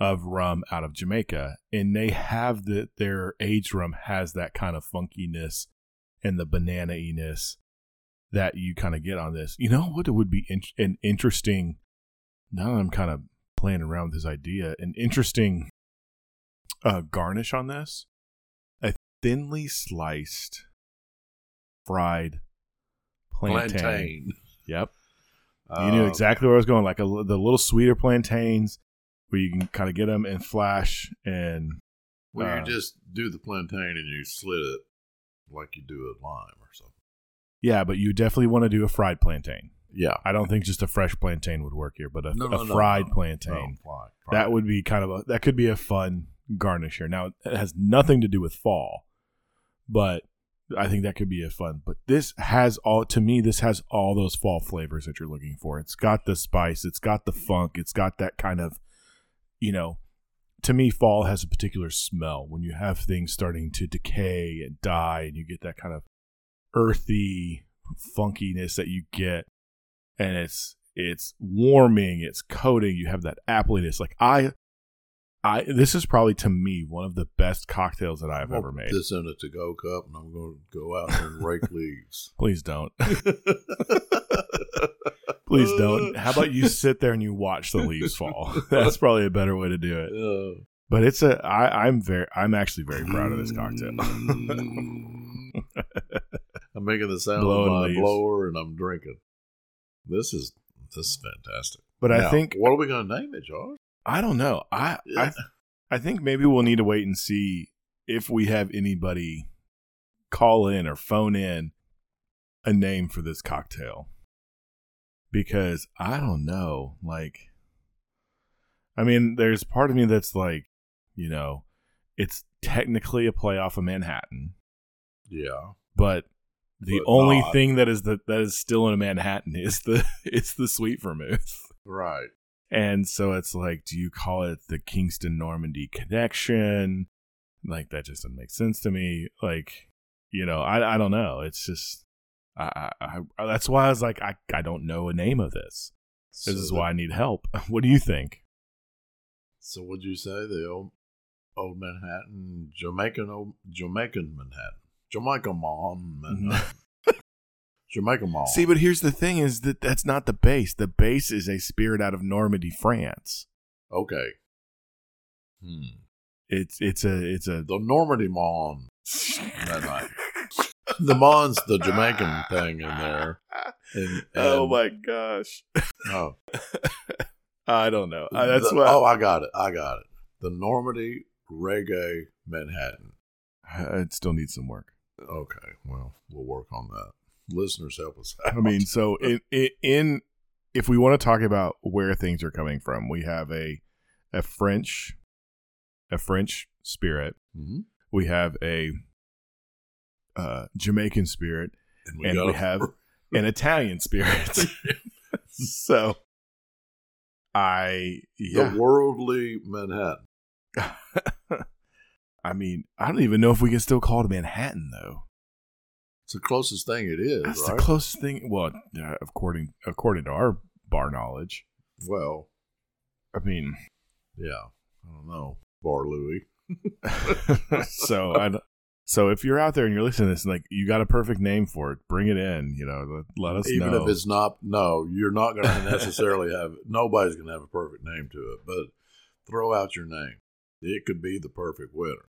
Speaker 1: of rum out of Jamaica, and they have the their aged rum has that kind of funkiness and the banana iness that you kind of get on this. You know what? It would be in- an interesting. Now that I'm kind of playing around with this idea, an interesting uh, garnish on this: a thinly sliced fried plantain.
Speaker 2: Plantain.
Speaker 1: Yep, you knew
Speaker 2: Uh,
Speaker 1: exactly where I was going. Like a, li- the little sweeter plantains, where you can kind of get them and flash and
Speaker 2: Well,
Speaker 1: uh,
Speaker 2: you just do the plantain and you slit it like you do a lime or something.
Speaker 1: yeah, but you definitely want to do a fried plantain.
Speaker 2: Yeah.
Speaker 1: I don't think just a fresh plantain would work here, but a,
Speaker 2: No, no,
Speaker 1: a
Speaker 2: no,
Speaker 1: fried
Speaker 2: no,
Speaker 1: plantain.
Speaker 2: no, fine, fine.
Speaker 1: That would be kind of a that could be a fun garnish here. Now it has nothing to do with fall, but I think that could be a fun. But this has all to me. This has all those fall flavors that you're looking for. It's got the spice. It's got the funk. It's got that kind of, you know, to me, fall has a particular smell when you have things starting to decay and die, and you get that kind of earthy funkiness that you get and it's it's warming, it's coating. You have that appliness. Like I, I this is probably to me one of the best cocktails that I've
Speaker 2: I'll
Speaker 1: ever
Speaker 2: put
Speaker 1: made.
Speaker 2: This in a to-go cup, and I'm going to go out and rake leaves.
Speaker 1: Please don't, please don't. How about you sit there and you watch the leaves fall? That's probably a better way to do it.
Speaker 2: Uh,
Speaker 1: But it's a I, I'm very I'm actually very proud of this cocktail.
Speaker 2: Mm. I'm making the sound
Speaker 1: Blowing
Speaker 2: of my
Speaker 1: leaves.
Speaker 2: blower, and I'm drinking. This is this is fantastic.
Speaker 1: But I
Speaker 2: Now,
Speaker 1: think
Speaker 2: what are we going to name it, Josh?
Speaker 1: I don't know. I I I think maybe we'll need to wait and see if we have anybody call in or phone in a name for this cocktail. Because I don't know, like I mean, there's part of me that's like, you know, it's technically a play off of Manhattan,
Speaker 2: Yeah,
Speaker 1: but the
Speaker 2: But
Speaker 1: only
Speaker 2: not.
Speaker 1: thing that is the, that is still in Manhattan is the it's the sweet vermouth.
Speaker 2: right.
Speaker 1: And so it's like, do you call it the Kingston Normandy connection? Like that just doesn't make sense to me. Like, you know, I I don't know. It's just I, I, I that's why I was like, I I don't know a name of this. This is
Speaker 2: So
Speaker 1: why I need help. What do you think?
Speaker 2: So would you say the old old Manhattan, Jamaican old Jamaican Manhattan, Jamaica mom, Manhattan. Jamaica mom?
Speaker 1: Mm-hmm. See, but here's the thing: is that that's not the base. The base is a spirit out of Normandy, France.
Speaker 2: okay. Hmm.
Speaker 1: It's it's a it's a
Speaker 2: The Normandy mom. That night. The mom's the Jamaican thing in there. And,
Speaker 1: oh
Speaker 2: and-
Speaker 1: my gosh!
Speaker 2: Oh,
Speaker 1: I don't know. Uh, that's
Speaker 2: the-
Speaker 1: why.
Speaker 2: Oh, I got it. I got it. The Normandy reggae Manhattan.
Speaker 1: I, I'd still need some work.
Speaker 2: Okay. Well, we'll work on that. Listeners, help us out.
Speaker 1: I mean, so in, in, in if we want to talk about where things are coming from, we have a a French a French spirit,
Speaker 2: Mhm.
Speaker 1: we have a uh, Jamaican spirit,
Speaker 2: and we,
Speaker 1: and
Speaker 2: got
Speaker 1: we
Speaker 2: a-
Speaker 1: have an Italian spirit. so I yeah,
Speaker 2: the worldly Manhattan.
Speaker 1: I mean, I don't even know if we can still call it Manhattan though.
Speaker 2: It's the closest thing it is,
Speaker 1: That's
Speaker 2: right?
Speaker 1: the closest thing. Well, uh, according according to our bar knowledge,
Speaker 2: well,
Speaker 1: I mean.
Speaker 2: yeah. I don't know. Bar Louie.
Speaker 1: so I, so if you're out there and you're listening to this, like you got a perfect name for it, bring it in. You know, let, let us
Speaker 2: Even
Speaker 1: know.
Speaker 2: if it's not, no, you're not going to necessarily have, nobody's going to have a perfect name to it, but throw out your name. It could be the perfect winner.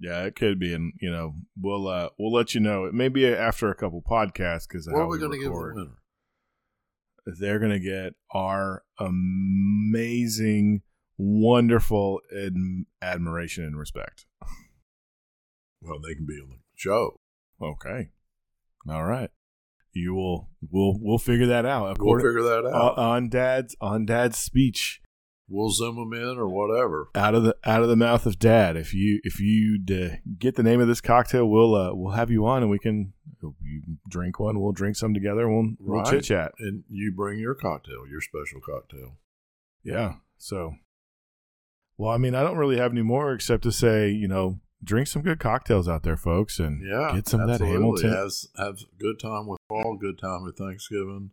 Speaker 1: yeah, it could be, and you know, we'll uh, we'll let you know. It may be after a couple podcasts because
Speaker 2: What are we going to give the winner?
Speaker 1: They're gonna get our amazing, wonderful ad- admiration and respect.
Speaker 2: Well, they can be on the show.
Speaker 1: Okay, all right. You will we'll we'll figure that out.
Speaker 2: We'll
Speaker 1: According
Speaker 2: figure that
Speaker 1: on,
Speaker 2: out.
Speaker 1: on dad's on dad's speech.
Speaker 2: we'll zoom them in or whatever.
Speaker 1: out of the out of the mouth of dad if you if you uh, get the name of this cocktail we'll uh, we'll have you on and we can you drink one we'll drink some together and we'll we'll
Speaker 2: Right.
Speaker 1: chit chat
Speaker 2: And you bring your cocktail, your special cocktail.
Speaker 1: yeah so well i mean i don't really have any more except to say you know drink some good cocktails out there folks and
Speaker 2: Yeah,
Speaker 1: get some of that
Speaker 2: absolutely.
Speaker 1: hamilton
Speaker 2: Has have a good time with fall, good time with Thanksgiving.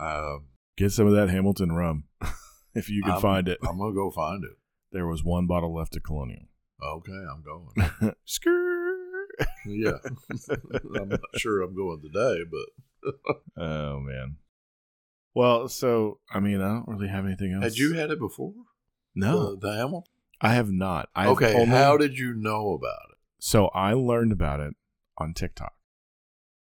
Speaker 2: Uh,
Speaker 1: Get some of that Hamilton rum if you can
Speaker 2: I'm-
Speaker 1: find it.
Speaker 2: I'm gonna go find it.
Speaker 1: There was one bottle left at Colonial.
Speaker 2: Okay, I'm going.
Speaker 1: Skrrr.
Speaker 2: yeah, I'm not sure I'm going today, but
Speaker 1: Oh man. Well, so I mean, I don't really have anything else.
Speaker 2: had you had it before?
Speaker 1: No,
Speaker 2: the, the Hamilton.
Speaker 1: I have not. I
Speaker 2: okay, how did you know about it?
Speaker 1: So I learned about it on TikTok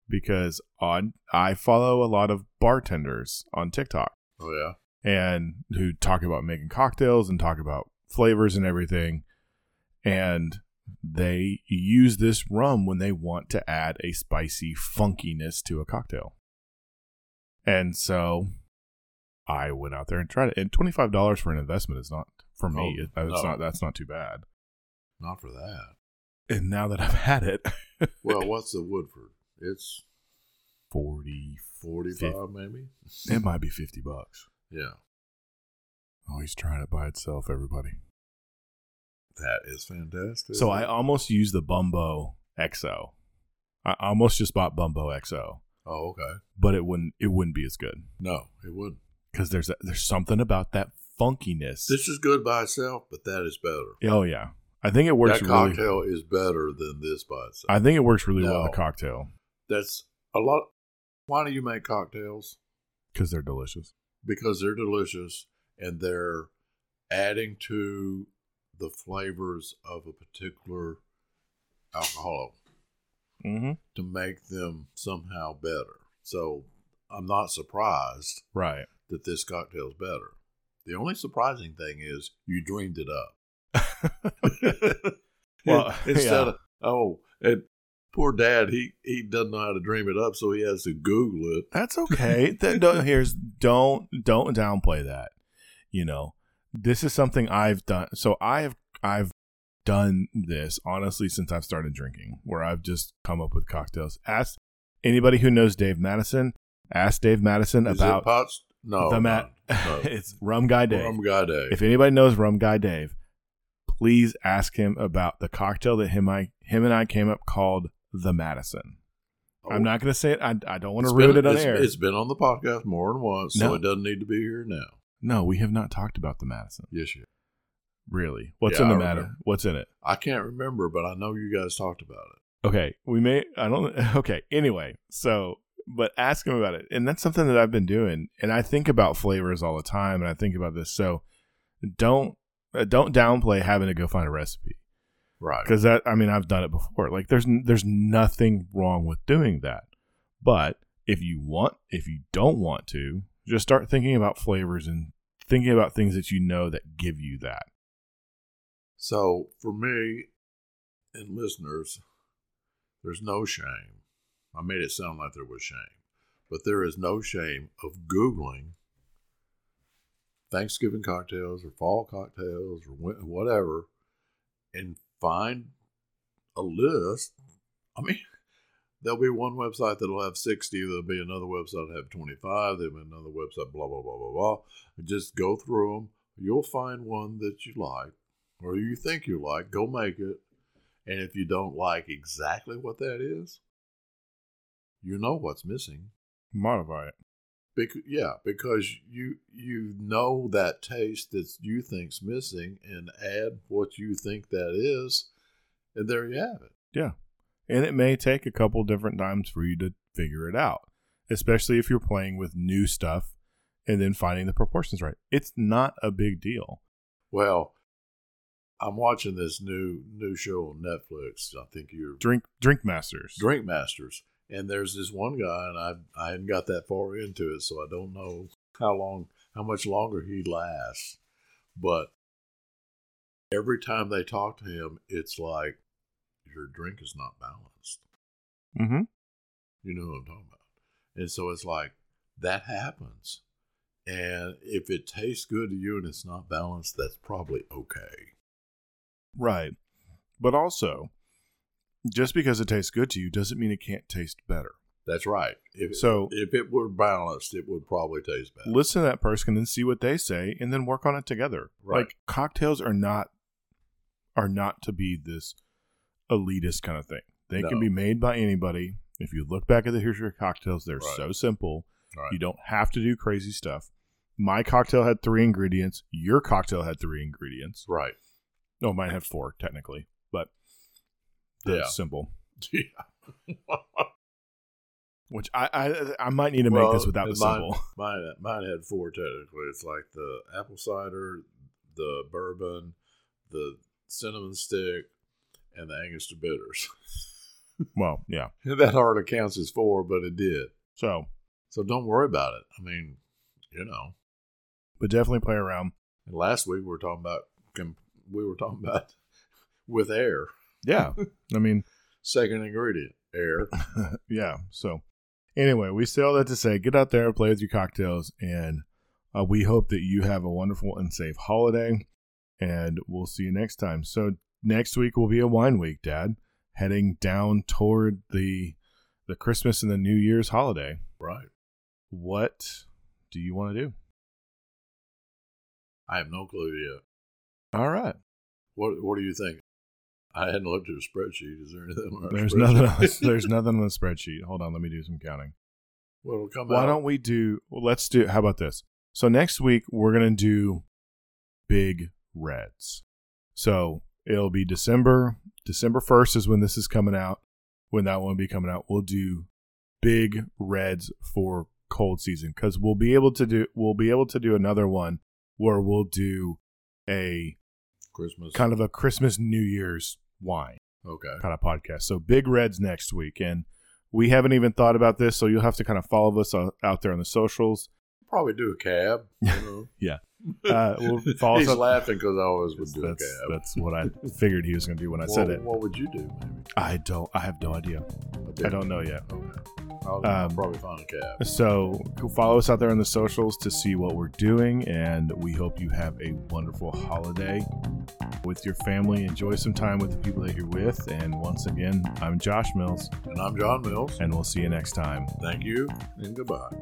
Speaker 1: because on I follow a lot of bartenders on TikTok
Speaker 2: Oh yeah,
Speaker 1: and who talk about making cocktails and talk about flavors and everything, and they use this rum when they want to add a spicy funkiness to a cocktail. And so I went out there and tried it. And twenty five dollars for an investment is not for me.
Speaker 2: Oh,
Speaker 1: it- that's
Speaker 2: no.
Speaker 1: not that's not too bad.
Speaker 2: not for that.
Speaker 1: And now that I've had it,
Speaker 2: Well, what's the Woodford? It's
Speaker 1: forty
Speaker 2: forty-five, maybe.
Speaker 1: It might be 50 bucks.
Speaker 2: Yeah,
Speaker 1: Oh, he's trying it by itself, everybody.
Speaker 2: that is fantastic.
Speaker 1: So I almost used the Bumbo XO. I almost just bought Bumbo XO,
Speaker 2: Oh okay.
Speaker 1: but it wouldn't it wouldn't be as good
Speaker 2: No, it wouldn't.
Speaker 1: cuz there's there's something about that funkiness.
Speaker 2: This is good by itself, but that is better.
Speaker 1: oh yeah. I think it works
Speaker 2: that
Speaker 1: really
Speaker 2: cocktail is better than this by itself.
Speaker 1: I think it works really well in a
Speaker 2: No.
Speaker 1: cocktail
Speaker 2: That's a lot. Why do you make cocktails?
Speaker 1: cuz they're delicious.
Speaker 2: Because they're delicious and they're adding to the flavors of a particular alcohol
Speaker 1: Mhm.
Speaker 2: to make them somehow better. So I'm not surprised
Speaker 1: Right.
Speaker 2: that this cocktail's better. The only surprising thing is you dreamed it up.
Speaker 1: Well,
Speaker 2: instead
Speaker 1: yeah.
Speaker 2: of oh, and poor dad, he he doesn't know how to dream it up, so he has to Google it.
Speaker 1: That's okay. Th- don't, here's don't don't downplay that. You know, this is something I've done. So I've I've done this honestly since I've started drinking, where I've just come up with cocktails. Ask anybody who knows Dave Madison. Ask Dave Madison
Speaker 2: Is it
Speaker 1: about
Speaker 2: pots? No,
Speaker 1: the mat.
Speaker 2: no, no.
Speaker 1: it's Rum Guy Dave.
Speaker 2: Rum guy day.
Speaker 1: If anybody knows Rum Guy Dave, please ask him about the cocktail that him I him and I came up called the Madison. I'm not going to say it. I, I don't want to
Speaker 2: Oh, It's
Speaker 1: ruin
Speaker 2: been-
Speaker 1: it on
Speaker 2: it's-
Speaker 1: air.
Speaker 2: It's been on the podcast more than once,
Speaker 1: No.
Speaker 2: so it doesn't need to be here now.
Speaker 1: No, we have not talked about the Madison.
Speaker 2: Yes, you.
Speaker 1: Really? What's
Speaker 2: Yeah,
Speaker 1: in the
Speaker 2: I
Speaker 1: matter?
Speaker 2: remember.
Speaker 1: What's in it?
Speaker 2: I can't remember, but I know you guys talked about it.
Speaker 1: Okay, we may. I don't. Okay. Anyway, so but ask him about it, and that's something that I've been doing, and I think about flavors all the time, and I think about this. So don't uh, don't downplay having to go find a recipe
Speaker 2: Right.
Speaker 1: because that I mean I've done it before. Like there's n- there's nothing wrong with doing that, but if you want, if you don't want to, just start thinking about flavors and thinking about things that you know that give you that.
Speaker 2: So for me and listeners, there's no shame. I made it sound like there was shame, but there is no shame of Googling Thanksgiving cocktails or fall cocktails or wh- whatever and find a list. I mean, there'll be one website that'll have 60, there'll be another website that'll have 25, there'll be another website, blah, blah, blah, blah, blah. Just go through them. You'll find one that you like or you think you like, go make it. And if you don't like exactly what that is, you know what's missing.
Speaker 1: Modify it.
Speaker 2: Because yeah, because you you know that taste that you think's missing, and add what you think that is, and there you have it.
Speaker 1: and it may take a couple different times for you to figure it out, especially if you're playing with new stuff and then finding the proportions right. It's not a big deal.
Speaker 2: Well, I'm watching this new new show on Netflix. I think you're
Speaker 1: Drink drink masters.
Speaker 2: Drink Masters. And there's this one guy, and I I hadn't got that far into it, so I don't know how long, how much longer he lasts. But every time they talk to him, it's like your drink is not balanced.
Speaker 1: Mm-hmm.
Speaker 2: You know what I'm talking about. And so it's like that happens. And if it tastes good to you and it's not balanced, that's probably okay.
Speaker 1: Right. But also, just because it tastes good to you doesn't mean it can't taste better.
Speaker 2: That's right. If
Speaker 1: So-
Speaker 2: if it were balanced, it would probably taste better.
Speaker 1: Listen to that person and see what they say and then work on it together.
Speaker 2: Right.
Speaker 1: Like cocktails are not are not to be this elitist kind of thing. They can
Speaker 2: No.
Speaker 1: be made by anybody. If you look back at the history of cocktails, they're
Speaker 2: Right.
Speaker 1: so simple.
Speaker 2: Right.
Speaker 1: You don't have to do crazy stuff. My cocktail had three ingredients. Your cocktail had three ingredients.
Speaker 2: Right.
Speaker 1: No, mine had four technically, but the
Speaker 2: Yeah.
Speaker 1: symbol.
Speaker 2: Yeah.
Speaker 1: Which I, I I might need to make
Speaker 2: Well,
Speaker 1: this without the
Speaker 2: and mine-
Speaker 1: symbol.
Speaker 2: Mine, mine had four technically. It's like the apple cider, the bourbon, the cinnamon stick, and the Angostura bitters.
Speaker 1: Well, yeah.
Speaker 2: that hardly counts as four, but it did.
Speaker 1: So,
Speaker 2: So don't worry about it. I mean, you know.
Speaker 1: but definitely play around.
Speaker 2: And last week we were talking about com- we were talking about with air.
Speaker 1: Yeah. I mean,
Speaker 2: Second ingredient, air.
Speaker 1: yeah. So, anyway, we say all that to say get out there, play with your cocktails, and uh, we hope that you have a wonderful and safe holiday. And we'll see you next time. So, next week will be a wine week, Dad, heading down toward the the Christmas and the New Year's holiday.
Speaker 2: right.
Speaker 1: What do you want to do?
Speaker 2: I have no clue yet.
Speaker 1: All right.
Speaker 2: What What do you think? I hadn't looked at a spreadsheet. Is there anything? on our
Speaker 1: There's
Speaker 2: spreadsheet?
Speaker 1: nothing. On, there's nothing on the spreadsheet. Hold on. Let me do some counting.
Speaker 2: well, it'll come
Speaker 1: Why
Speaker 2: out.
Speaker 1: don't we do? Well, let's do. How about this? So next week we're gonna do big reds. So it'll be December. December first is when this is coming out. When that one will be coming out, we'll do big reds for cold season because we'll be able to do. We'll be able to do another one where we'll do a
Speaker 2: Christmas.
Speaker 1: kind of a Christmas New Year's wine
Speaker 2: okay.
Speaker 1: kind of podcast. So big reds next week, and we haven't even thought about this, so you'll have to kind of follow us o- out there on the socials.
Speaker 2: Probably do a cab. You know?
Speaker 1: Yeah. Uh, we'll follow
Speaker 2: He's
Speaker 1: us up.
Speaker 2: laughing because I always would do
Speaker 1: That's,
Speaker 2: a cab.
Speaker 1: that's what I figured he was going to do when I
Speaker 2: What-
Speaker 1: said it.
Speaker 2: What would you do? Maybe.
Speaker 1: I don't. I have no idea. I don't know yet.
Speaker 2: Okay. I'll
Speaker 1: Um,
Speaker 2: probably find a cab.
Speaker 1: So go follow us out there on the socials to see what we're doing, and we hope you have a wonderful holiday with your family. Enjoy some time with the people that you're with. And once again, I'm Josh Mills,
Speaker 2: And I'm John Mills.
Speaker 1: and we'll see you next time.
Speaker 2: Thank you and goodbye.